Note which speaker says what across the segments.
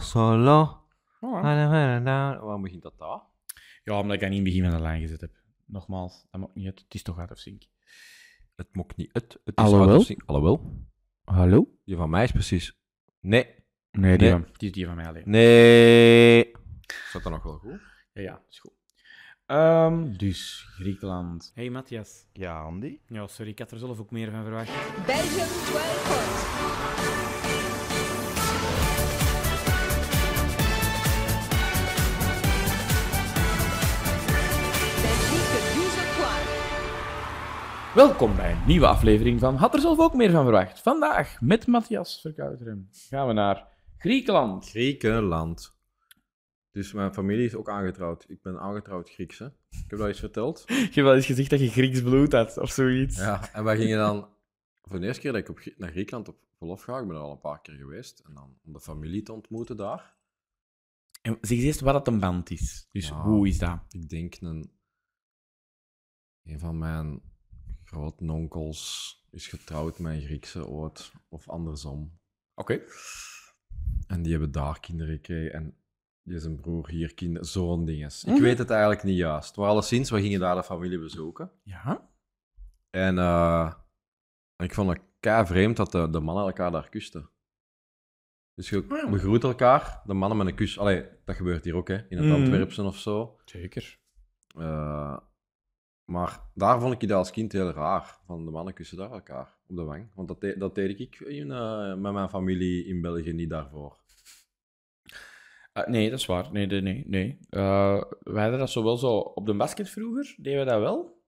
Speaker 1: solo.
Speaker 2: Ah.
Speaker 3: Oh.
Speaker 1: Waarom begint dat daar?
Speaker 3: Ja, omdat ik dat niet in het begin van de lijn gezet heb. Nogmaals, dat maakt niet uit. Het is toch out of sync.
Speaker 1: Het mokt niet uit. Het is
Speaker 3: Alhoewel?
Speaker 1: out of sync. Alhoewel.
Speaker 3: Hallo?
Speaker 1: Die van mij is precies... Nee.
Speaker 3: Nee, die
Speaker 1: Nee.
Speaker 3: Van, het is die van mij alleen.
Speaker 1: Nee. Zat dat nog wel goed?
Speaker 3: Ja, ja, is goed. Ehm, dus, Griekenland.
Speaker 2: Hey Matthias.
Speaker 4: Ja, Andy.
Speaker 2: Ja, sorry, ik had er zelf ook meer van verwacht.
Speaker 5: Belgium 12 points. Belgique 12 points.
Speaker 3: Welkom bij een nieuwe aflevering van Had er zelf ook meer van verwacht. Vandaag met Matthias Verkuiteren gaan we naar Griekenland.
Speaker 1: Griekenland. Dus mijn familie is ook aangetrouwd. Ik ben aangetrouwd Grieks, hè. Ik heb dat eens verteld.
Speaker 2: Je hebt wel eens gezegd dat je Grieks bloed had, of zoiets.
Speaker 1: Ja, en wij gingen dan voor de eerste keer dat ik op, Grie- naar Griekenland op verlof ga. Ik ben er al een paar keer geweest. En dan om de familie te ontmoeten daar.
Speaker 3: En zeg eens eerst wat dat een band is. Dus
Speaker 1: Ja.
Speaker 3: hoe is dat?
Speaker 1: Ik denk een, een van mijn grootnonkels is getrouwd met een Griekse oud of andersom.
Speaker 3: Oké.
Speaker 1: En die hebben daar kinderen gekregen. En die zijn broer hier kinderen. Zo'n dinges.
Speaker 3: Mhm.
Speaker 1: Ik weet het eigenlijk niet juist. Maar alleszins, we gingen daar de familie bezoeken.
Speaker 3: Ja?
Speaker 1: En eh, ik vond het kei vreemd dat de, de mannen elkaar daar kusten. Dus je
Speaker 3: Ah, ja.
Speaker 1: begroet elkaar, de mannen met een kus. Allee, dat gebeurt hier ook, hè, in het
Speaker 2: Mhm.
Speaker 1: Antwerpsen of zo.
Speaker 3: Zeker.
Speaker 1: Eh, maar daar vond ik het als kind heel raar. Van de mannen kussen daar elkaar op de wang. Want dat, de- dat deed ik in, eh, met mijn familie in België niet daarvoor.
Speaker 3: Ah, nee, dat is waar. Nee, nee, nee. nee. Eh, wij hadden dat zo wel zo... Op de basket vroeger deden we dat wel.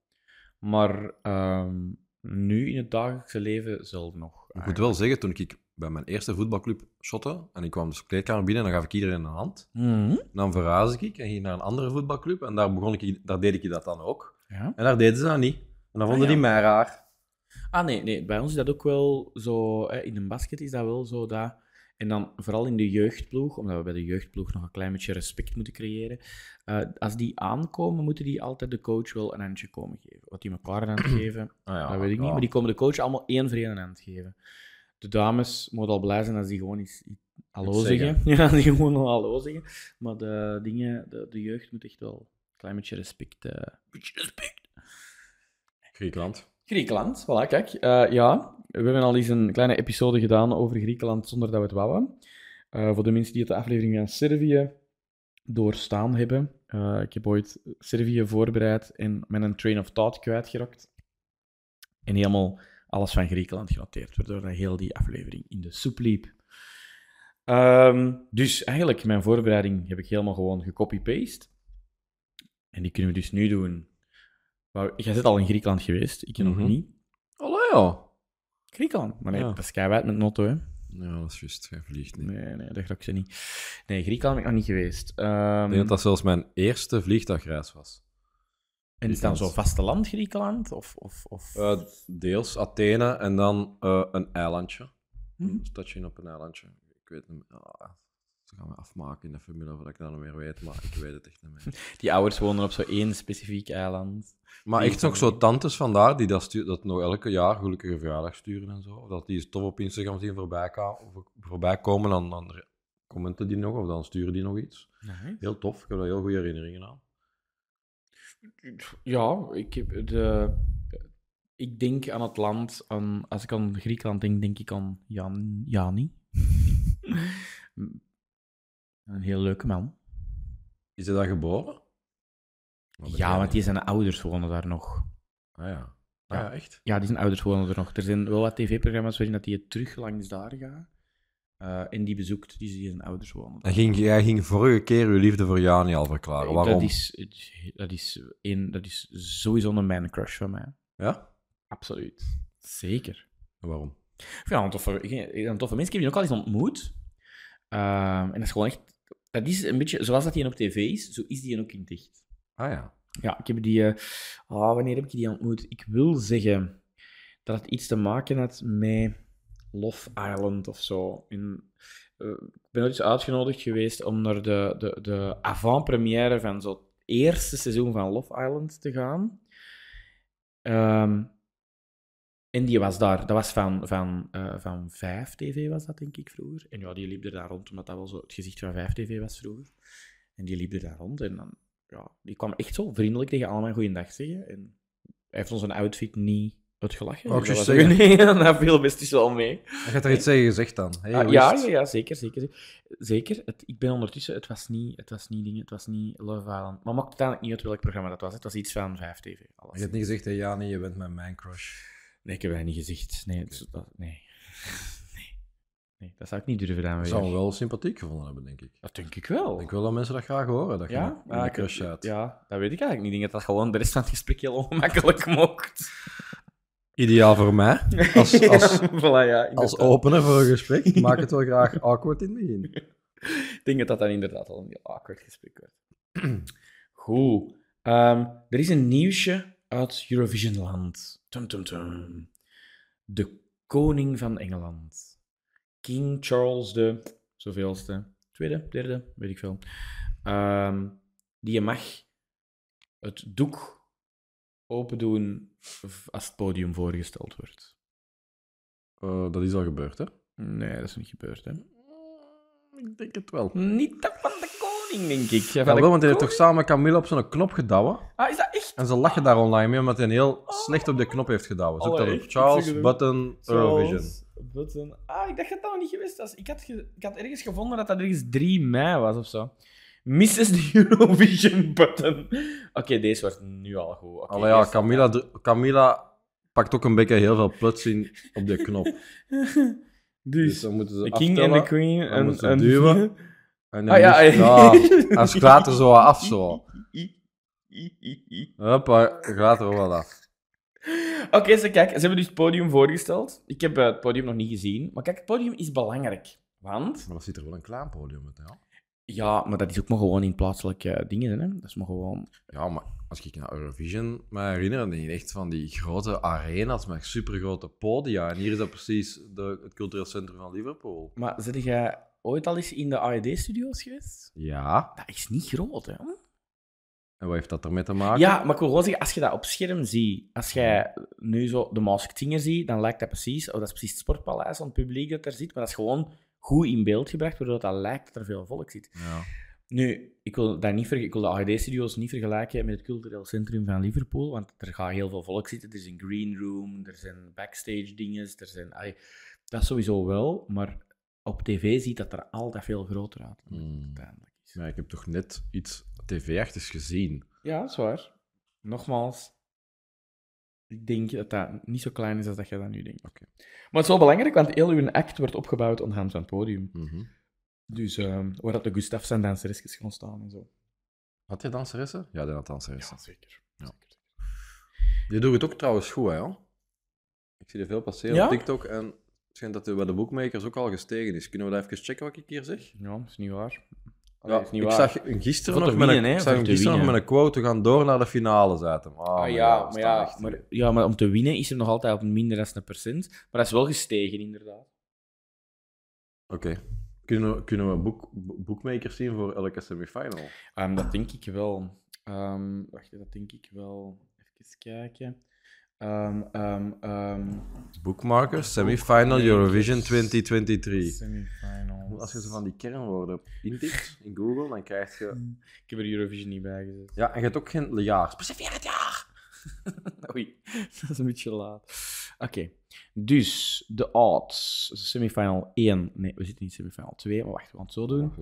Speaker 3: Maar ehm, nu in het dagelijkse leven zelf nog. Ah,
Speaker 1: Ik moet wel zeggen, toen ik bij mijn eerste voetbalclub shotte en ik kwam dus de kleedkamer binnen, dan gaf ik iedereen een hand.
Speaker 3: Mhm.
Speaker 1: Dan verhuisde ik en ging naar een andere voetbalclub en daar, begon ik, daar deed ik dat dan ook.
Speaker 3: Ja.
Speaker 1: En daar deden ze dat niet. En dan vonden
Speaker 3: Ah, ja.
Speaker 1: die mij raar.
Speaker 3: Ah, nee, nee. Bij ons is dat ook wel zo... Hè, in de basket is dat wel zo dat... En dan vooral in de jeugdploeg, omdat we bij de jeugdploeg nog een klein beetje respect moeten creëren. eh, als die aankomen, moeten die altijd de coach wel een handje komen geven. Wat die elkaar een hand geven,
Speaker 1: Ah, ja,
Speaker 3: dat weet ik niet.
Speaker 1: ja.
Speaker 3: Maar die komen de coach allemaal één voor één een hand geven. De dames moeten al blij zijn als die gewoon eens iets hallo
Speaker 1: Iets
Speaker 3: zeggen.
Speaker 1: zeggen.
Speaker 3: Ja, die gewoon al hallo zeggen. Maar de dingen, de, de jeugd moet echt wel een klein beetje respect... eh, een beetje respect.
Speaker 1: Griekenland.
Speaker 3: Griekenland, voilà, kijk. Eh, ja, we hebben al eens een kleine episode gedaan over Griekenland zonder dat we het wouden. Eh, voor de mensen die het de aflevering van Servië doorstaan hebben. Eh, ik heb ooit Servië voorbereid en met een train of thought kwijtgeraakt. En helemaal alles van Griekenland genoteerd, waardoor dat heel die aflevering in de soep liep. Ehm, dus eigenlijk, mijn voorbereiding heb ik helemaal gewoon gecopy-paste. En die kunnen we dus nu doen. Wou- Jij zit al in Griekenland geweest, ik nog
Speaker 1: Mhm.
Speaker 3: niet.
Speaker 1: Hallo ja.
Speaker 3: Griekenland. Maar nee,
Speaker 1: Ja.
Speaker 3: dat is keiwijd met Notto, hè.
Speaker 1: Ja, dat is juist. Hij vliegt niet.
Speaker 3: Nee, nee, dat grok ze niet. Nee, Griekenland ben ik nog niet geweest. Ehm,
Speaker 1: Ik denk dat dat zelfs mijn eerste vliegtuigreis was.
Speaker 3: en is het dan
Speaker 1: Griekenland.
Speaker 3: zo vasteland Griekenland? Of, of, of...
Speaker 1: Eh, deels Athene en dan eh, een eilandje.
Speaker 3: Hm.
Speaker 1: Een stadje op een eilandje. Ik weet niet meer. Ah, ze gaan me afmaken in de formule wat ik dat nog meer weet, maar ik weet het echt niet meer.
Speaker 3: Die ouders wonen op zo één specifiek eiland.
Speaker 1: Maar
Speaker 3: Die
Speaker 1: echt nog
Speaker 3: van-
Speaker 1: zo tantes vandaar die dat, stu- dat nog elke jaar gelukkige verjaardag sturen en zo. Of dat die eens tof op Instagram zien voorbij, ka- voor- voorbij komen, dan, dan re- commenten die nog of dan sturen die nog iets.
Speaker 3: Nee.
Speaker 1: Heel tof, ik heb daar heel goede herinneringen aan.
Speaker 3: Ja, ik, heb de... ik denk aan het land. Aan... Als ik aan Griekenland denk, denk ik aan Jan... Jani. een heel leuke man.
Speaker 1: Is hij daar geboren?
Speaker 3: Ja, want die zijn ouders wonen daar nog.
Speaker 1: Ah ja.
Speaker 3: Ah,
Speaker 1: Ah,
Speaker 3: ja,
Speaker 1: ja, echt?
Speaker 3: Ja, die zijn ouders wonen er nog. Er zijn wel wat tv-programma's waarin dat die het terug langs daar gaan. Eh, en die bezoekt, die die zijn ouders wonen.
Speaker 1: En ging, jij ging vorige keer uw liefde voor Jani al verklaren. Waarom?
Speaker 3: Dat is, het is- dat is, één, dat is sowieso een man crush van mij.
Speaker 1: Ja?
Speaker 3: Absoluut. Zeker.
Speaker 1: En waarom?
Speaker 3: Ik vind dat een toffe, ik vind dat een toffe mens. Ik heb die ook al eens ontmoet. Ehm, en dat is gewoon echt... Dat is een beetje... Zoals dat hij op tv is, zo is die ook in het echt.
Speaker 1: Ah ja.
Speaker 3: Ja, ik heb die. eh, ah, wanneer heb ik die ontmoet? Ik wil zeggen dat het iets te maken had met Love Island of zo. In, eh, ik ben ooit eens uitgenodigd geweest om naar de, de, de avant-première van zo het eerste seizoen van Love Island te gaan. Ehm, En die was daar. Dat was van, van, eh, van 5 TV, was dat denk ik vroeger. En ja, die liep er daar rond, omdat dat wel zo het gezicht van 5 TV was vroeger. En die liep er daar rond en dan, ja, die kwam echt zo vriendelijk tegen allemaal goeiedag zeggen. En hij heeft ons een outfit niet uitgelachen.
Speaker 1: Wou ik
Speaker 3: dat
Speaker 1: juist
Speaker 3: was- Nee, dat viel best dus wel mee.
Speaker 1: Je hebt er iets tegen gezegd dan. Hey,
Speaker 3: Ah,
Speaker 1: hoe
Speaker 3: ja,
Speaker 1: is
Speaker 3: ja,
Speaker 1: het?
Speaker 3: ja, zeker, zeker. zeker. Zeker, het, ik ben ondertussen, het was niet, het was niet dingen, het was niet Love Island. Maar maakt uiteindelijk niet uit welk programma dat was, het was iets van 5 TV.
Speaker 1: Je
Speaker 3: Alles.
Speaker 1: hebt niet gezegd, hey, Jani, je bent mijn man crush.
Speaker 3: Nee, ik heb dat niet gezegd. Nee, het is- dat, nee. nee. Nee, dat zou ik niet durven aan
Speaker 1: Dat
Speaker 3: weer.
Speaker 1: zou hem wel sympathiek gevonden hebben, denk ik.
Speaker 3: Dat denk ik wel.
Speaker 1: Ik denk wel dat mensen dat graag horen, dat je
Speaker 3: ja? Ah,
Speaker 1: een- een
Speaker 3: ik-
Speaker 1: crush hebt.
Speaker 3: ja, dat weet ik eigenlijk niet. Ik denk dat dat gewoon de rest van het gesprek heel ongemakkelijk mocht.
Speaker 1: Ideaal voor mij, als, als,
Speaker 3: Ja, voilà, ja,
Speaker 1: als
Speaker 3: inderdaad.
Speaker 1: opener voor een gesprek. Maak het wel graag awkward in het begin.
Speaker 3: Ik denk dat dat dan inderdaad al een heel awkward gesprek werd. Goed. Ehm, er is een nieuwsje uit Eurovisionland. Tum, tum, tum. De koning van Engeland. King Charles de... Zoveelste. Tweede, derde, weet ik veel. Ehm, die mag het doek opendoen v- als het podium voorgesteld wordt. Oh,
Speaker 1: Eh, dat is al gebeurd, hè?
Speaker 3: Nee, dat is niet gebeurd, hè?
Speaker 1: Ik denk het wel.
Speaker 3: Niet dat van de koning, denk ik. Ja,
Speaker 1: Ja,
Speaker 3: de
Speaker 1: wel, want hij heeft
Speaker 3: koning?
Speaker 1: toch samen met Camille op zo'n knop gedouwen.
Speaker 3: Ah, is dat echt?
Speaker 1: En ze lachen daar online mee, omdat hij heel slecht op de knop heeft gedouwen. Zoek dat
Speaker 3: Allee,
Speaker 1: op.
Speaker 3: echt? Ik zeg
Speaker 1: Charles
Speaker 3: het
Speaker 1: Button Eurovision.
Speaker 3: Charles Button. Ah, ik dacht dat dat nog niet geweest was. Ik had, ge- ik had ergens gevonden dat dat ergens 3 mei was of zo. Mrs. de Eurovision Button. Oké, deze wordt nu al goed. Oké,
Speaker 1: Allee, ja,
Speaker 3: eerst-
Speaker 1: Camilla, dru- Camilla pakt ook een beetje heel veel plots in op de knop. Dus
Speaker 3: Dus,
Speaker 1: dan moeten ze
Speaker 3: de king en
Speaker 1: aftellen.
Speaker 3: de queen.
Speaker 1: dan
Speaker 3: En,
Speaker 1: moeten ze
Speaker 3: en
Speaker 1: duwen. En dan
Speaker 3: Ah, ja,
Speaker 1: moest-
Speaker 3: ja.
Speaker 1: ja, en ze gaat er zo wat af, zo. Hoppa, gaat er wel wat af.
Speaker 3: Oké, ze, kijk, ze hebben dus het podium voorgesteld. Ik heb eh, het podium nog niet gezien. Maar kijk, het podium is belangrijk. Want
Speaker 1: Maar dat zit er wel een klein podium uit, ja.
Speaker 3: Ja, maar dat is ook maar gewoon in plaatselijke dingen, hè. Dat is maar gewoon...
Speaker 1: Ja, maar als ik naar Eurovision me herinner, dan denk ik echt van die grote arena's met supergrote podia. En hier is dat precies de, het cultureel centrum van Liverpool.
Speaker 3: Maar zit jij ooit al eens in de AED-studio's geweest?
Speaker 1: Ja,
Speaker 3: Dat is niet groot, hè.
Speaker 1: en wat heeft dat ermee te maken?
Speaker 3: Ja, maar ik wil gewoon zeggen, als je dat op scherm ziet, als jij nu zo de Masked Singer ziet, dan lijkt dat precies... Oh, dat is precies het sportpaleis van het publiek dat daar zit, maar dat is gewoon goed in beeld gebracht, waardoor dat lijkt dat er veel volk zit.
Speaker 1: Ja.
Speaker 3: Nu, ik wil, dat niet ver- ik wil de AGD-studio's niet vergelijken met het cultureel centrum van Liverpool, want er gaat heel veel volk zitten. Er is een green room, er zijn backstage dingen, er zijn... ai, dat sowieso wel, maar op tv ziet dat er altijd veel groter uit dan dat het
Speaker 1: Hmm.
Speaker 3: uiteindelijk is.
Speaker 1: Maar ik heb toch net iets tv-achtigs gezien.
Speaker 3: Ja, dat is waar. Nogmaals, ik denk dat dat niet zo klein is als dat jij dat nu denkt. Maar het is wel belangrijk, want heel uw act wordt opgebouwd aan de hand van het podium.
Speaker 1: Mhm.
Speaker 3: Dus ehm, waar dat de Gustaf zijn danseresjes gaan staan en zo.
Speaker 1: Had je danseressen? Ja, die had danseressen.
Speaker 3: zeker.
Speaker 1: Die doen het ook trouwens goed, hè? joh. Ik zie er veel passeren
Speaker 3: Ja?
Speaker 1: op TikTok en het schijnt dat het bij de bookmakers ook al gestegen is. Kunnen we dat even checken wat ik hier zeg?
Speaker 3: Ja, dat is niet waar.
Speaker 1: Ja,
Speaker 3: is niet
Speaker 1: ik
Speaker 3: waar.
Speaker 1: zag gisteren,
Speaker 3: Voor
Speaker 1: nog,
Speaker 3: te
Speaker 1: met,
Speaker 3: winnen,
Speaker 1: een,
Speaker 3: hè,
Speaker 1: ik zag
Speaker 3: voor te
Speaker 1: gisteren nog
Speaker 3: winnen.
Speaker 1: met een quote, we gaan door naar de finale, zei het hem. Ah,
Speaker 3: Ah,
Speaker 1: maar
Speaker 3: ja,
Speaker 1: we
Speaker 3: maar
Speaker 1: staan
Speaker 3: ja,
Speaker 1: echt-
Speaker 3: maar, ja, maar om te winnen is er nog altijd op minder dan een procent. Maar dat is wel gestegen, inderdaad.
Speaker 1: Oké. Kunnen, we- kunnen we boek, bo- boekmakers zien voor elke semifinal?
Speaker 3: Ehm, dat denk ik wel. Ehm, wacht, dat denk ik wel. Even kijken. Ehm, ehm, ehm,
Speaker 1: Bookmakers, semifinal Eurovision 2023.
Speaker 3: semifinals.
Speaker 1: Als je zo van die kernwoorden intikt in Google, dan krijg je...
Speaker 3: Ik heb er Eurovision niet bij gezet.
Speaker 1: Ja, en je hebt ook geen lejaars. Specifiek het jaar!
Speaker 3: Oei, dat is een beetje laat. Oké, dus de odds. Semifinal 1. Nee, we zitten niet in semifinal 2, maar wacht, we gaan het zo doen.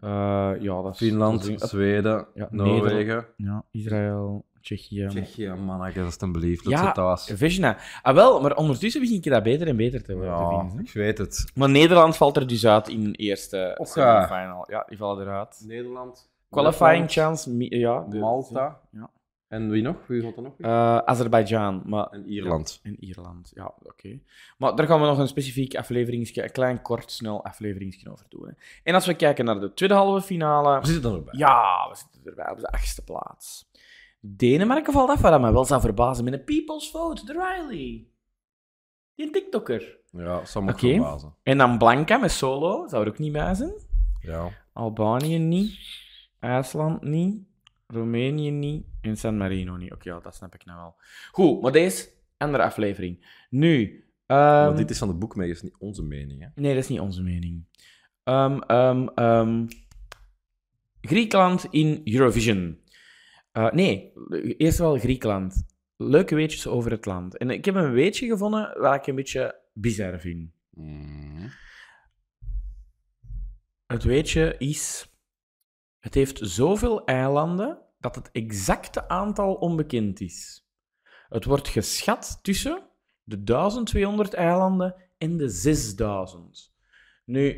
Speaker 3: Eh, ja, dat is-
Speaker 1: Finland,
Speaker 3: dat is-
Speaker 1: Zweden,
Speaker 3: Ja,
Speaker 1: Noorwegen.
Speaker 3: Ja, Israël, Tsjechië.
Speaker 1: Tsjechië, manneke, alstublieft. Dat
Speaker 3: Ja,
Speaker 1: zit thuis.
Speaker 3: Vegna. Ah wel, maar ondertussen begin je dat beter en beter te worden.
Speaker 1: Ja,
Speaker 3: vinden, hè.
Speaker 1: ik weet het.
Speaker 3: Maar Nederland valt er dus uit in hun eerste
Speaker 1: Och,
Speaker 3: semifinal. Ja, die vallen eruit.
Speaker 1: Nederland.
Speaker 3: Qualifying chance, mi- ja. de-
Speaker 1: Malta.
Speaker 3: Ja.
Speaker 1: En wie nog? Wie gaat er nog?
Speaker 3: Eh Azerbeidzjan, maar...
Speaker 1: en Ierland.
Speaker 3: En Ierland, ja, oké. Maar daar gaan we nog een specifiek afleveringsje, een klein, kort, snel afleveringsje over doen. Hè. En als we kijken naar de tweede halve finale...
Speaker 1: zitten dan erbij.
Speaker 3: Ja, we zitten erbij op de achtste plaats. Denemarken valt af, wat mij wel zou verbazen, met een people's vote, de Riley. Die TikToker.
Speaker 1: Ja, sommige
Speaker 3: Oké.
Speaker 1: verbazen.
Speaker 3: En dan Blanca met solo, zou er ook niet bij zijn.
Speaker 1: Ja.
Speaker 3: Albanië niet, IJsland niet, Roemenië niet en San Marino niet. Oké, ja, dat snap ik nou wel. Goed, maar deze Andere aflevering. Nu... ehm,
Speaker 1: Want dit is van het boek mee, is niet onze mening. Hè?
Speaker 3: Nee, dat is niet onze mening. Ehm, ehm, ehm. Griekenland in Eurovision. Eh, nee, eerst wel Griekenland. Leuke weetjes over het land. En ik heb een weetje gevonden waar ik een beetje bizar vind.
Speaker 1: Mhm.
Speaker 3: Het weetje is... Het heeft zoveel eilanden dat het exacte aantal onbekend is. Het wordt geschat tussen de 1200 eilanden en de 6000. Nu,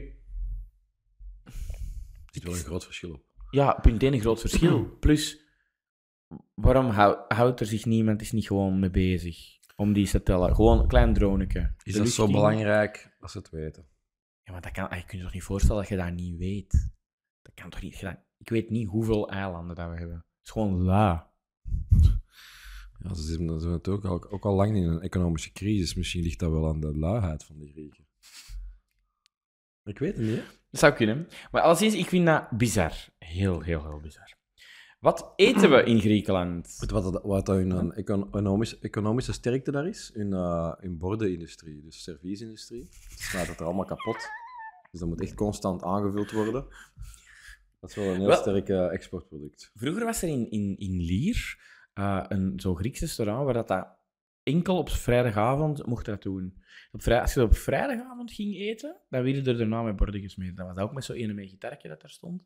Speaker 1: Er zit wel een groot verschil op.
Speaker 3: ja, punt één, een groot verschil. Plus, waarom hou- houdt er zich niemand is niet gewoon mee bezig om die te tellen? Gewoon een klein droneke.
Speaker 1: Is dat zo belangrijk dat ze het weten?
Speaker 3: Ja, maar dat kan, ah, je kunt je toch niet voorstellen dat je dat niet weet? Dat kan toch niet? je dat- ik weet niet hoeveel eilanden dat we hebben. Het is gewoon la.
Speaker 1: Ja, ze zitten ze zijn natuurlijk ook, ook al lang in een economische crisis. Misschien ligt dat wel aan de luiheid van die Grieken. Ik weet het niet. hè.
Speaker 3: Dat zou kunnen. Maar allereerst, ik vind dat bizar. Heel, heel, heel bizar. Wat eten we in Griekenland?
Speaker 1: Weet je wat, dat- wat dat hun eh, econ- economische, economische sterkte daar is? Hun, eh hun bordenindustrie, dus serviceindustrie. Ze snijdt het er allemaal kapot. Dus dat moet echt constant aangevuld worden. Dat is wel een heel
Speaker 3: Wel-
Speaker 1: sterk eh, exportproduct.
Speaker 3: Vroeger was er in, in, in Lier eh, een zo'n Grieks restaurant waar dat, dat enkel op vrijdagavond mocht dat doen. Op vrij, als je op vrijdagavond ging eten, dan werden er daarna met borden gesmeerd. Dat was ook met zo'n ene met gitaartje dat daar stond.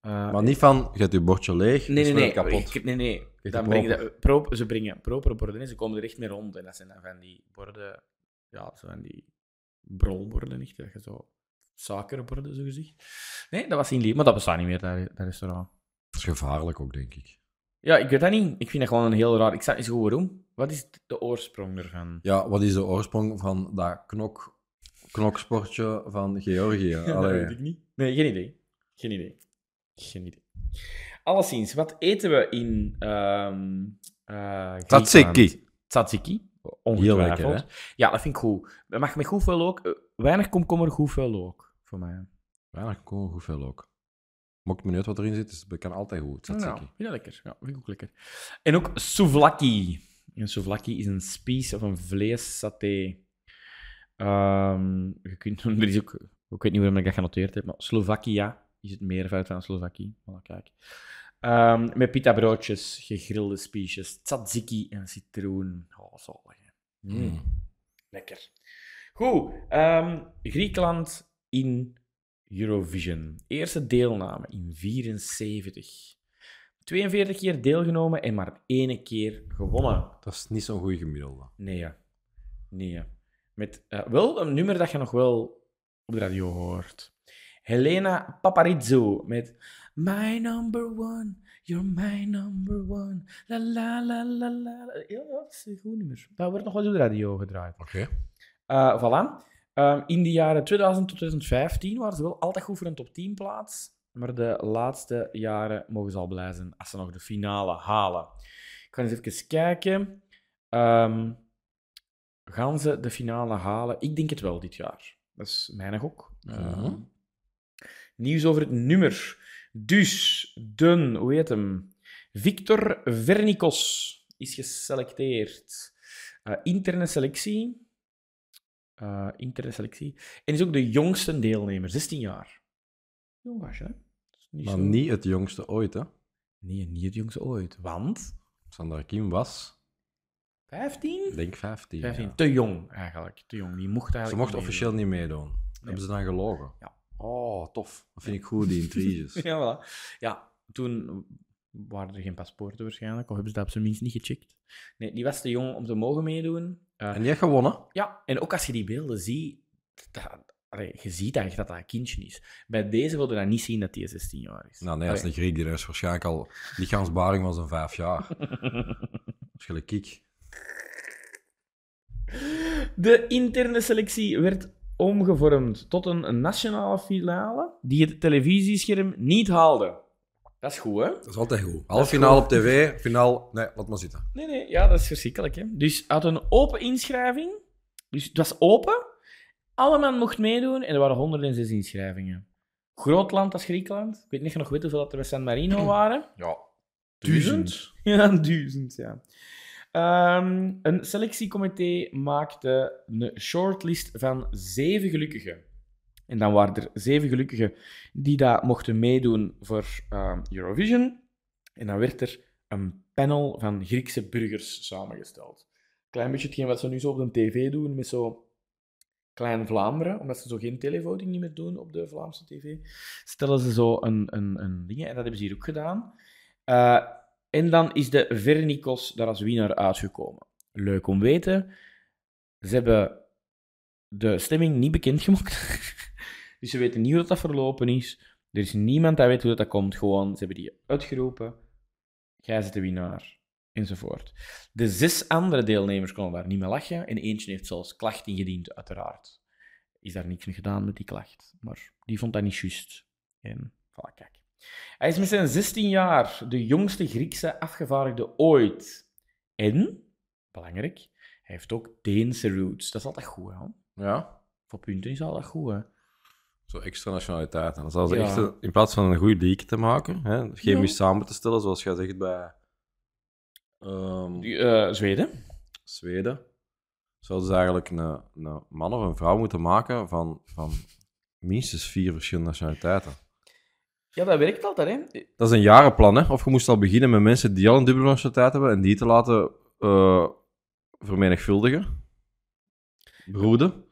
Speaker 3: Eh,
Speaker 1: Maar niet van, je hebt je bordje leeg,
Speaker 3: nee,
Speaker 1: dus
Speaker 3: nee,
Speaker 1: we
Speaker 3: nee,
Speaker 1: hebben het kapot.
Speaker 3: ik- nee, nee.
Speaker 1: het
Speaker 3: Dan
Speaker 1: proper.
Speaker 3: brengen dat, prop- ze brengen proper borden in, ze komen er echt mee rond. En dat zijn dan van die borden, ja, zo van die brolborden, echt, dat je zo suikerborden, zo gezegd. Nee, dat was in Lier, maar dat bestaat niet meer, dat, dat restaurant.
Speaker 1: Dat is gevaarlijk ook, denk ik.
Speaker 3: Ja, ik weet dat niet. Ik vind dat gewoon een heel raar... Ik snap niet zo goed waarom. Wat is de oorsprong ervan?
Speaker 1: Ja, wat is de oorsprong van dat knok, knoksportje van Georgië? Allee.
Speaker 3: ik niet. Nee, geen idee. Geen idee. Geen idee. Alleszins, wat eten we in ehm eh
Speaker 1: Tzatziki.
Speaker 3: Tzatziki.
Speaker 1: Heel
Speaker 3: Ongetwijfeld.
Speaker 1: lekker, hè?
Speaker 3: Ja, dat vind ik goed. Dat Mag met goed veel ook. Eh, Weinig komkommer, goed veel ook. Voor mij.
Speaker 1: Weinig komen, hoeveel ook. Mocht me niet uit wat erin zit, dus dat kan altijd goed.
Speaker 3: Ja,
Speaker 1: Tzatziki.
Speaker 3: vind ik lekker. Ja, vind ik ook lekker. En ook souvlaki. Een souvlaki is een spies of een vleessaté. Ehm, je kunt, er is ook, ik weet niet waarom ik dat genoteerd heb, maar Slovakia is het meervoud van Slovakkie. Voilà, kijk. Ehm, met pita broodjes, gegrilde spiesjes, tzatziki en citroen. Oh, zalig. hè. Mm.
Speaker 1: Mm.
Speaker 3: Lekker. Goed, ehm, Griekenland in Eurovision. Eerste deelname in 74. 42 keer deelgenomen en maar ene keer gewonnen.
Speaker 1: Dat is niet zo'n goede gemiddelde.
Speaker 3: Nee, ja. nee. ja. Met eh, wel een nummer dat je nog wel op de radio hoort. Helena Paparizou met My number one, you're my number one. La la la la la. la. Ja, dat is een goed nummer. Dat wordt nog wel eens op de radio gedraaid.
Speaker 1: Oké.
Speaker 3: Eh, voilà. Ehm, in de jaren 2000 tot 2015 waren ze wel altijd goed voor een top 10 plaats. Maar de laatste jaren mogen ze al blij zijn als ze nog de finale halen. Ik ga eens even kijken. Ehm, gaan ze de finale halen? Ik denk het wel dit jaar. Dat is mijn gok. Ehm,
Speaker 1: Mhm.
Speaker 3: Nieuws over het nummer. Dus, Dun, hoe heet hem? Victor Vernikos is geselecteerd. Eh, interne selectie. Eh, interne selectie. En is ook de jongste deelnemer, 16 jaar. Jong gastje, hè? Dat is
Speaker 1: Maar
Speaker 3: zo-
Speaker 1: niet het jongste ooit, hè?
Speaker 3: Nee, niet het jongste ooit. Want?
Speaker 1: Sandra Kim was,
Speaker 3: 15?
Speaker 1: denk 15. ja.
Speaker 3: 15. Te jong, eigenlijk. Te jong. Die mocht eigenlijk
Speaker 1: Ze mocht
Speaker 3: niet
Speaker 1: officieel niet meedoen. Hebben ze dan gelogen?
Speaker 3: Ja.
Speaker 1: Oh, tof. Dat vind ik goed, die intriges.
Speaker 3: meedoen. Ja, voilà. Ja, toen waren er geen paspoorten waarschijnlijk. Of hebben ze dat op zijn minst niet gecheckt. Nee, die was te jong om te mogen meedoen. Eh,
Speaker 1: En die heeft gewonnen.
Speaker 3: Ja, en ook als je die beelden ziet, dat, allee, je ziet echt dat dat een kindje is. Bij deze wilde dat niet zien dat hij 16 jaar is.
Speaker 1: Nou, nee, dat is een Griek. Die is waarschijnlijk al lichaamsbaring van zijn vijf jaar. Waarschijnlijk kiek.
Speaker 3: De interne selectie werd omgevormd tot een nationale finale die het televisiescherm niet haalde. Dat is goed, hè?
Speaker 1: Dat is altijd goed. Half finaal op tv, finaal... Nee, laat maar zitten.
Speaker 3: Nee, nee, ja, dat is verschrikkelijk, hè? Dus uit een open inschrijving, dus het was open, allemaal mocht meedoen en er waren 106 inschrijvingen. Groot land als Griekenland, ik weet niet nog weten hoeveel dat er bij San Marino waren.
Speaker 1: Ja.
Speaker 3: Duizend? Ja, duizend, ja. Ehm, een selectiecomité maakte een shortlist van zeven gelukkigen. En dan waren er zeven gelukkigen die daar mochten meedoen voor ehm, Eurovision. En dan werd er een panel van Griekse burgers samengesteld. Klein beetje hetgeen wat ze nu zo op de tv doen met zo Klein Vlaanderen, omdat ze zo geen televoting niet meer doen op de Vlaamse tv, stellen ze zo een, een, een ding. En dat hebben ze hier ook gedaan. Eh, en dan is de Vernikos daar als winnaar uitgekomen. Leuk om weten. Ze hebben de stemming niet bekendgemaakt. dus ze weten niet hoe dat, dat verlopen is. Er is niemand die weet hoe dat, dat komt. Gewoon, ze hebben die uitgeroepen. Jij bent de winnaar. Enzovoort. De zes andere deelnemers konden daar niet mee lachen. En eentje heeft zelfs klacht ingediend, uiteraard. Is daar niks mee gedaan met die klacht. Maar die vond dat niet juist. En voilà, kijk. Hij is met zijn 16 jaar de jongste Griekse afgevaardigde ooit. En, belangrijk, hij heeft ook Deense roots. Dat is altijd goed, hè?
Speaker 1: Ja.
Speaker 3: Voor punten is altijd goed, hè?
Speaker 1: Zo extra nationaliteit. En dan zouden ze
Speaker 3: Ja.
Speaker 1: echt, een- in plaats van een goede league te maken, hè, chemisch samen te stellen, zoals jij zegt bij ehm,
Speaker 3: Die, eh, Zweden.
Speaker 1: Zweden, zouden ze eigenlijk een, een man of een vrouw moeten maken van, van minstens vier verschillende nationaliteiten.
Speaker 3: Ja, dat werkt altijd, hè?
Speaker 1: Dat is een jarenplan, hè? Of je moest al beginnen met mensen die al een dubbele nationaliteit hebben en die te laten eh, vermenigvuldigen. Broeden.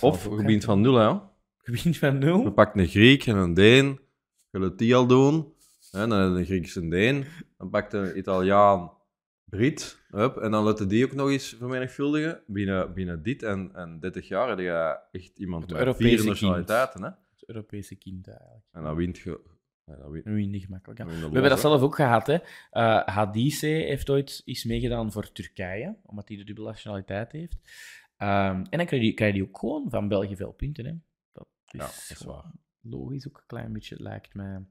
Speaker 1: Of je begint van nul, hè? ja.
Speaker 3: Gewint van nul.
Speaker 1: Je pakt een Griek en een Deen. Je laat die al doen. Hè? Dan heb je een Grieks en Deen. Dan pakt een Italiaan Brit. Hup. En dan laten die ook nog eens vermenigvuldigen. Binnen, binnen dit en, en 30 jaar heb je echt iemand
Speaker 3: Het
Speaker 1: met
Speaker 3: Europese
Speaker 1: vier
Speaker 3: kind.
Speaker 1: nationaliteiten. Hè?
Speaker 3: Het Europese kind, eigenlijk.
Speaker 1: En dan wint je. Ja, dan wint,
Speaker 3: Nu niet gemakkelijk, hè?
Speaker 1: dan wint de
Speaker 3: We hebben dat
Speaker 1: loze.
Speaker 3: zelf ook gehad. Hè. Eh Hadise heeft ooit iets meegedaan voor Turkije, omdat hij de dubbele nationaliteit heeft. Ehm, en dan krijg je, krijg je ook gewoon van België veel punten. Hè. Dat is,
Speaker 1: Ja, dat is waar.
Speaker 3: logisch ook een klein beetje, lijkt mij.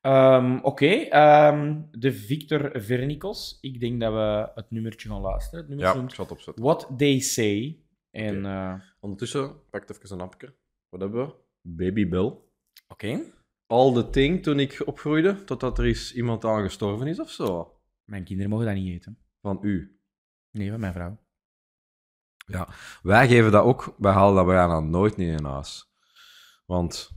Speaker 3: Ehm, Oké, ehm, de Victor Vernikos. Ik denk dat we het nummertje gaan luisteren. Het nummertje
Speaker 1: Ja, ik
Speaker 3: noemt
Speaker 1: zal het opzetten.
Speaker 3: What They Say. En, eh,
Speaker 1: Ondertussen pak ik even een hapje. Wat hebben we? Baby Bill.
Speaker 3: Oké.
Speaker 1: Al de ting toen ik opgroeide, totdat er eens iemand aan gestorven is of zo.
Speaker 3: Mijn kinderen mogen dat niet eten.
Speaker 1: Van u.
Speaker 3: Nee, van mijn vrouw.
Speaker 1: Wij geven dat ook, wij halen dat bijna nooit niet in huis. Want,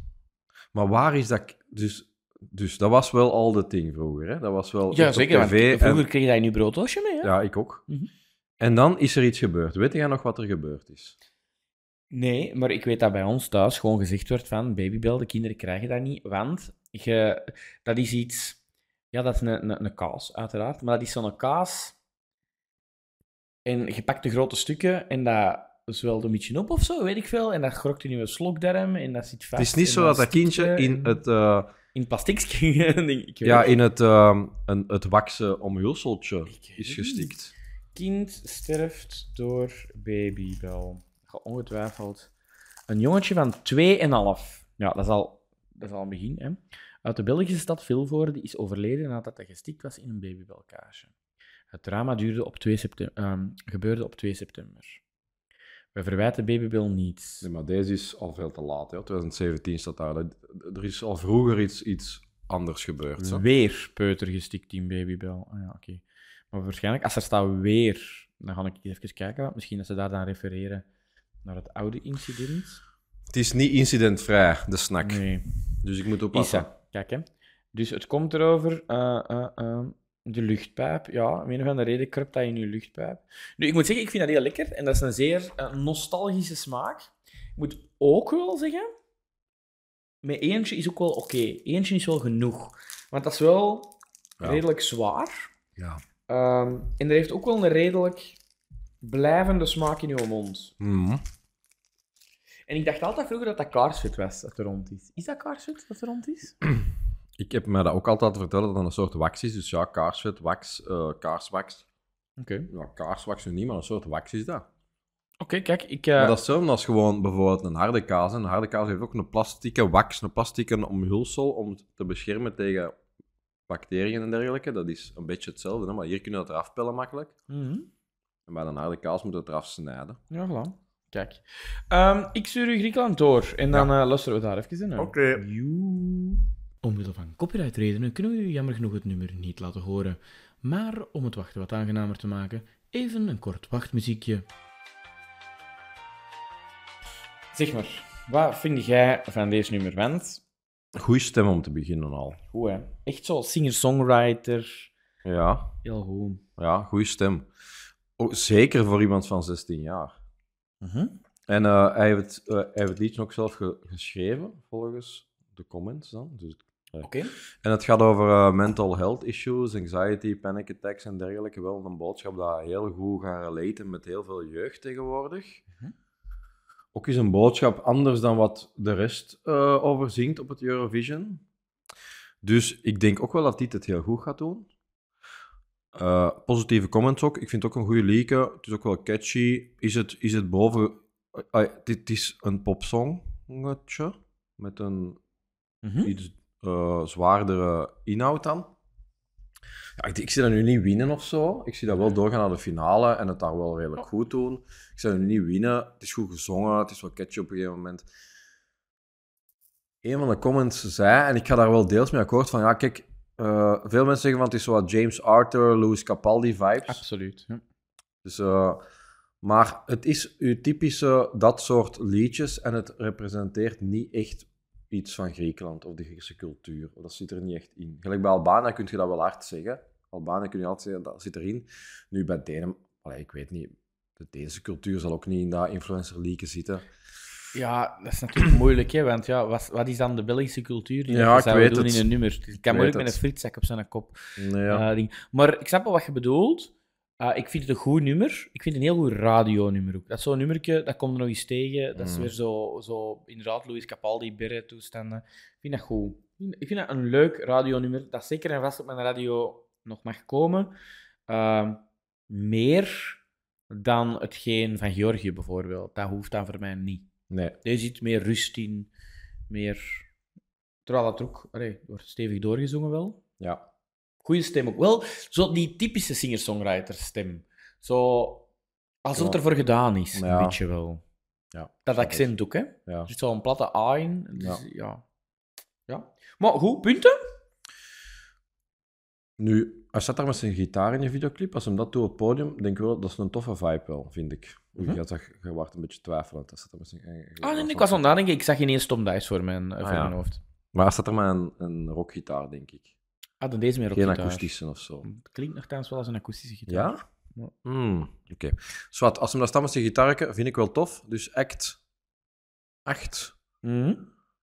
Speaker 1: maar waar is dat? Dus, dus dat was wel al de ting vroeger. Hè? Dat was wel echt
Speaker 3: Ja,
Speaker 1: op
Speaker 3: zeker. want
Speaker 1: tv. en-
Speaker 3: vroeger kreeg je daar in je brooddoosje mee. Hè?
Speaker 1: ja, ik ook.
Speaker 3: Mhm.
Speaker 1: En dan is er iets gebeurd. Weet jij nog wat er gebeurd is?
Speaker 3: Nee, maar ik weet dat bij ons thuis gewoon gezegd wordt van babybel, de kinderen krijgen dat niet, want je, dat is iets... Ja, dat is een, een, een kaas, uiteraard, maar dat is zo'n kaas en je pakt de grote stukken en dat zwelt een beetje op of zo, weet ik veel, en dat grokt in je slokdarm en dat zit vast.
Speaker 1: Het is niet
Speaker 3: en
Speaker 1: zo dat dat
Speaker 3: stikt
Speaker 1: kindje
Speaker 3: je
Speaker 1: in
Speaker 3: en-
Speaker 1: het, eh,
Speaker 3: In plastiekje, denk ik. ik weet
Speaker 1: ja,
Speaker 3: het.
Speaker 1: in het, ehm, een, het wakse omhulseltje
Speaker 3: Ik weet
Speaker 1: is
Speaker 3: het
Speaker 1: gestikt.
Speaker 3: Kind sterft door babybel. Ongetwijfeld. Een jongetje van 2,5. Ja, dat is al, dat is al een begin. Hè? Uit de Belgische stad Vilvoorde is overleden nadat hij gestikt was in een babybelkaasje. Het drama duurde op 2 september, gebeurde op 2 september. We verwijten babybel niets.
Speaker 1: Nee, maar deze is al veel te laat. Hè. 2017 staat daar. Dat- Er is al vroeger iets, iets anders gebeurd. Zo.
Speaker 3: Weer peuter gestikt in babybel. Ah, ja, oké. Maar waarschijnlijk, als er staat weer, dan ga ik even kijken. want Misschien dat ze daar dan refereren naar het oude incident.
Speaker 1: Het is niet incidentvrij, de snack.
Speaker 3: Nee.
Speaker 1: Dus ik moet oppassen.
Speaker 3: Isa. Kijk, hè. Dus het komt erover. eh, eh, eh, de luchtpijp. Ja, om een of andere reden kruipt dat in je luchtpijp. Nu, ik moet zeggen, ik vind dat heel lekker. En dat is een zeer eh, nostalgische smaak. Ik moet ook wel zeggen... Met eentje is ook wel oké. Eentje is wel genoeg. Want dat is wel
Speaker 1: Ja.
Speaker 3: redelijk zwaar.
Speaker 1: Ja.
Speaker 3: Ehm, en er heeft ook wel een redelijk blijvende smaak in je mond.
Speaker 1: Mhm.
Speaker 3: En ik dacht altijd vroeger dat dat kaarsvet was, dat er rond is. Is dat kaarsvet dat er rond is?
Speaker 1: Ik heb me dat ook altijd verteld dat dat een soort wax is. Dus ja, kaarsvet, wax, eh, kaarswax.
Speaker 3: Oké.
Speaker 1: Ja, kaarswax nu niet, maar een soort wax is dat.
Speaker 3: Oké, kijk, ik... eh,
Speaker 1: Maar dat is hetzelfde als gewoon bijvoorbeeld een harde kaas. Een harde kaas heeft ook een plastieke wax, een plastieke omhulsel om te beschermen tegen bacteriën en dergelijke. Dat is een beetje hetzelfde, hè? maar hier kunnen we dat eraf pellen makkelijk.
Speaker 3: mhm.
Speaker 1: En bij een harde kaas moet het eraf snijden.
Speaker 3: Ja, voilà. Kijk. Ehm, ik stuur u Griekenland door en dan eh luisteren we daar even in. hè.
Speaker 2: Joe. Omwille van copyrightredenen kunnen we u jammer genoeg het nummer niet laten horen. Maar om het wachten wat aangenamer te maken, Even een kort wachtmuziekje.
Speaker 3: Zeg maar, wat vind jij van deze nummer? Want,
Speaker 1: Goeie stem om te beginnen al.
Speaker 3: goed hè, echt zo singer-songwriter.
Speaker 1: Ja,
Speaker 3: Heel goed.
Speaker 1: ja goede stem. Ook zeker voor iemand van 16 jaar. En eh, hij, heeft, eh, hij heeft het liedje ook zelf ge- geschreven, volgens de comments dan. Dus,
Speaker 3: Oké.
Speaker 1: en het gaat over eh, mental health issues, anxiety, panic attacks en dergelijke. Wel een boodschap dat heel goed gaat relaten met heel veel jeugd tegenwoordig. Ook is een boodschap anders dan wat de rest eh over zingt op het Eurovision. Dus ik denk ook wel dat dit het heel goed gaat doen. Eh, positieve comments ook. Ik vind het ook een goede lieke. Het is ook wel catchy. Is het, is het boven... ah, dit is een popsongetje met een iets eh, zwaardere inhoud dan. Ja, ik, ik zie dat nu niet winnen of zo. Ik zie dat wel doorgaan naar de finale en het daar wel redelijk goed doen. Ik zie dat nu niet winnen. Het is goed gezongen. Het is wel catchy op een gegeven moment. Een van de comments zei, en ik ga daar wel deels mee akkoord, van ja, kijk, eh, veel mensen zeggen van het is zo wat James Arthur, Louis Capaldi vibes.
Speaker 3: Absoluut. Ja.
Speaker 1: Dus, eh, maar het is uw typische dat soort liedjes en het representeert niet echt iets van Griekenland of de Griekse cultuur. Dat zit er niet echt in. Gelijk bij Albanië kun je dat wel hard zeggen. Albanië kun je altijd zeggen, dat zit erin. Nu bij Denem, allee, ik weet niet. De Deense cultuur zal ook niet in dat influencer leaken zitten.
Speaker 3: Ja, dat is natuurlijk moeilijk, hè, want ja, wat, wat is dan de Belgische cultuur die
Speaker 1: Ja,
Speaker 3: dat
Speaker 1: ik
Speaker 3: zouden
Speaker 1: weet
Speaker 3: doen
Speaker 1: het.
Speaker 3: in een nummer? Het kan
Speaker 1: weet
Speaker 3: moeilijk met
Speaker 1: het.
Speaker 3: een frietzak op zijn kop.
Speaker 1: Nee, ja.
Speaker 3: eh, ding. Maar ik snap wel wat je bedoelt. Eh, ik vind het een goed nummer. Ik vind het een heel goed radionummer ook. Dat is zo'n nummertje, dat komt er nog eens tegen. Dat is
Speaker 1: Mm.
Speaker 3: weer zo, zo inderdaad, Louis Capaldi, Berre toestanden. Ik vind dat goed. Ik vind- Ik vind dat een leuk radionummer, dat zeker en vast op mijn radio nog mag komen. Ehm, meer dan hetgeen van Georgië bijvoorbeeld. Dat hoeft dan voor mij niet.
Speaker 1: nee.
Speaker 3: Deze zit meer rust in, meer... Terwijl dat er ook allee, wordt stevig doorgezongen wel.
Speaker 1: Ja.
Speaker 3: Goeie stem ook. Wel, zo die typische singer-songwriter stem. Zo, alsof het
Speaker 1: Ja.
Speaker 3: ervoor gedaan is,
Speaker 1: Ja.
Speaker 3: een beetje wel.
Speaker 1: Ja,
Speaker 3: Dat
Speaker 1: snap
Speaker 3: accent ook, hè. Er
Speaker 1: Ja.
Speaker 3: zit zo'n platte A in. Dus, ja. Ja. Maar goed, punten?
Speaker 1: Nu, hij staat daar met zijn gitaar in je videoclip. Als hem dat doet op het podium, denk ik wel, dat is een toffe vibe wel, vind ik.
Speaker 3: Mhm.
Speaker 1: Je, had, dat- je waart een beetje twijfelend. Hij staat daar met zijn...
Speaker 3: Ah, nee, nee, ik was aan het nadenken. Ik zag ineens Tom Dice voor mijn, eh,
Speaker 1: Ah,
Speaker 3: voor
Speaker 1: ja.
Speaker 3: mijn hoofd.
Speaker 1: Maar hij staat er maar een, een rockgitaar, denk ik.
Speaker 3: Ah, dan deze meer op
Speaker 1: Geen
Speaker 3: gitaar.
Speaker 1: akoestische of zo.
Speaker 3: Het klinkt nogthans wel als een akoestische gitaar.
Speaker 1: Ja?
Speaker 3: Ja.
Speaker 1: Hmm, Oké. Zwat, als hem daar staat met zijn gitaarke, vind ik wel tof. Dus act 8.
Speaker 3: Mhm.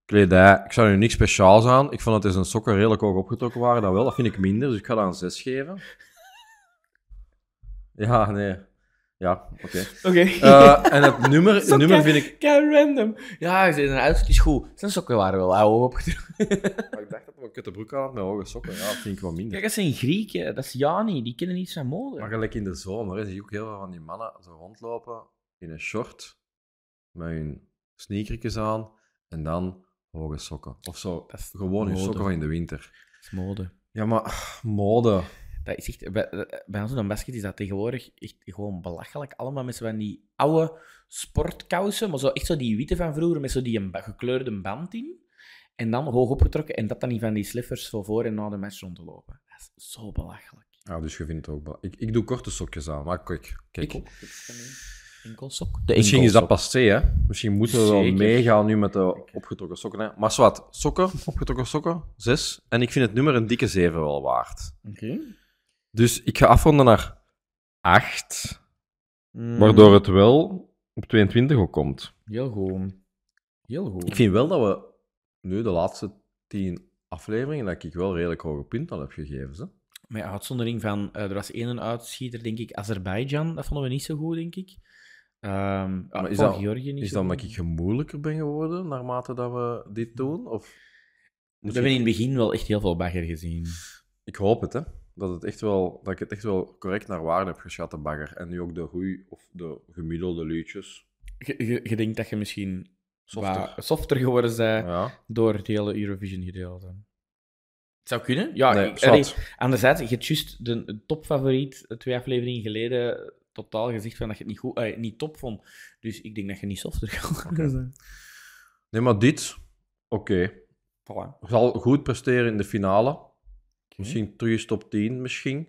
Speaker 1: Kledij. Ik zou nu niks speciaals aan. Ik vond dat zijn sokken redelijk hoog opgetrokken waren. Dat wel, dat vind ik minder. Dus ik ga daar een 6 geven. Ja, nee. Ja, oké.
Speaker 3: Oké.
Speaker 1: Eh, en het nummer,
Speaker 3: Sokken.
Speaker 1: nummer vind ik...
Speaker 3: Kei random. Ja, ze zijn uitzicht is goed. Zijn sokken waren wel oude opgedrukt.
Speaker 1: Maar ik dacht dat ik een kutte broek aan had met hoge sokken. Ja, dat vind ik wel minder.
Speaker 3: Kijk, eh, dat zijn Grieken. Dat is Jani. Die kennen niet zijn mode.
Speaker 1: Maar gelijk in de zomer hè, zie je ook heel veel van die mannen zo rondlopen in een short met hun sneakertjes aan en dan hoge sokken. Of zo,
Speaker 3: Dat is
Speaker 1: gewoon hun
Speaker 3: mode.
Speaker 1: sokken van in de winter.
Speaker 3: Dat is mode.
Speaker 1: Ja, maar ah, mode.
Speaker 3: Dat is echt, bij, bij ons in een basket is dat tegenwoordig echt gewoon belachelijk. Allemaal met zo van die oude sportkousen, maar zo echt zo die witte van vroeger, met zo die een ba- gekleurde band in. En dan hoog opgetrokken en dat dan niet van die slippers voor voor en na de match rond te lopen. Dat is zo belachelijk.
Speaker 1: Ja, dus je vindt het ook wel. Ik, ik doe korte sokjes aan, maar kijk. kijk.
Speaker 3: ook. Enkelsok? De
Speaker 1: Misschien is dat
Speaker 3: enkelssok.
Speaker 1: passé, hè? Misschien moeten we wel
Speaker 3: Zeker.
Speaker 1: meegaan nu met de opgetrokken sokken. Hè? Maar zwart, sokken, opgetrokken sokken, zes. En ik vind het nummer een dikke zeven wel waard.
Speaker 3: Oké.
Speaker 1: Dus ik ga afronden naar acht.
Speaker 3: Mm,
Speaker 1: Waardoor het wel op 22 ook komt.
Speaker 3: Heel goed. Heel goed.
Speaker 1: Ik vind wel dat we nu de laatste 10 afleveringen, dat ik wel redelijk hoge punten al heb gegeven. Ze.
Speaker 3: Met uitzondering van, eh, er was één uitschieter, denk ik, Azerbeidzjan. Dat vonden we niet zo goed, denk ik. Ehm
Speaker 1: Maar is
Speaker 3: is
Speaker 1: dat-
Speaker 3: Georgië niet
Speaker 1: Is
Speaker 3: zo
Speaker 1: dat
Speaker 3: goed.
Speaker 1: omdat ik gemoeilijker ben geworden naarmate dat we dit doen? Of
Speaker 3: We
Speaker 1: moet
Speaker 3: hebben
Speaker 1: ik...
Speaker 3: in het begin wel echt heel veel bagger gezien.
Speaker 1: ik hoop het, hè. Dat, het echt wel, dat ik het echt wel correct naar waarde heb geschat, de bagger. En nu ook de goeie of de gemiddelde liedjes.
Speaker 3: Je, je, je denkt dat je misschien
Speaker 1: Softer.
Speaker 3: wa- softer geworden bent
Speaker 1: Ja,
Speaker 3: door het hele Eurovision gedeelte. Het zou kunnen. Ja,
Speaker 1: nee,
Speaker 3: ik- allee,
Speaker 1: zwart.
Speaker 3: anderzijds, je hebt juist de topfavoriet eh, twee afleveringen geleden totaal gezegd van dat je het niet, goed, eh, niet top vond. Dus ik denk dat je niet softer gaat worden.
Speaker 1: Nee, maar dit, oké.
Speaker 3: Voilà.
Speaker 1: Zal goed presteren in de finale. Misschien terug eens top 10, misschien.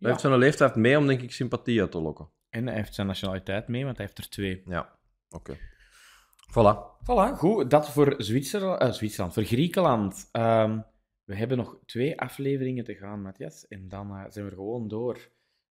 Speaker 1: Hij heeft zijn leeftijd mee om, denk ik, sympathie uit te lokken.
Speaker 3: En hij heeft zijn nationaliteit mee, want hij heeft er twee.
Speaker 1: Ja, oké. Voilà.
Speaker 3: Voilà, goed. Dat voor Zwitserland, eh, Zwitserland voor Griekenland. Ehm, we hebben nog twee afleveringen te gaan, Matthias. En dan eh, zijn we er gewoon door.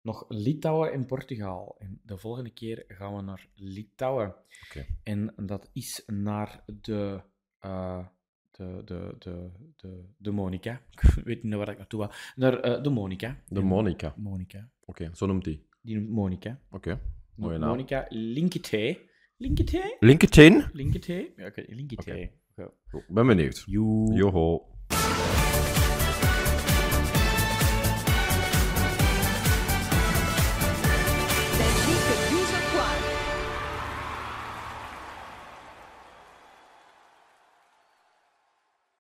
Speaker 3: Nog Litouwen en Portugal. En de volgende keer gaan we naar Litouwen.
Speaker 1: Oké.
Speaker 3: En dat is naar de, eh, de, de, de, de, de Monica. Ik weet niet waar ik naartoe wou. Naar eh, de Monica.
Speaker 1: De Monica. Oké,
Speaker 3: Monica.
Speaker 1: zo noemt hij.
Speaker 3: Die noemt Monica.
Speaker 1: Oké, mooie naam.
Speaker 3: Monica Linketay. Linketay?
Speaker 1: LinkedIn.
Speaker 3: Linketay? Ja, oké, Linketay.
Speaker 1: Ik ben benieuwd.
Speaker 3: Joe.
Speaker 1: Joho.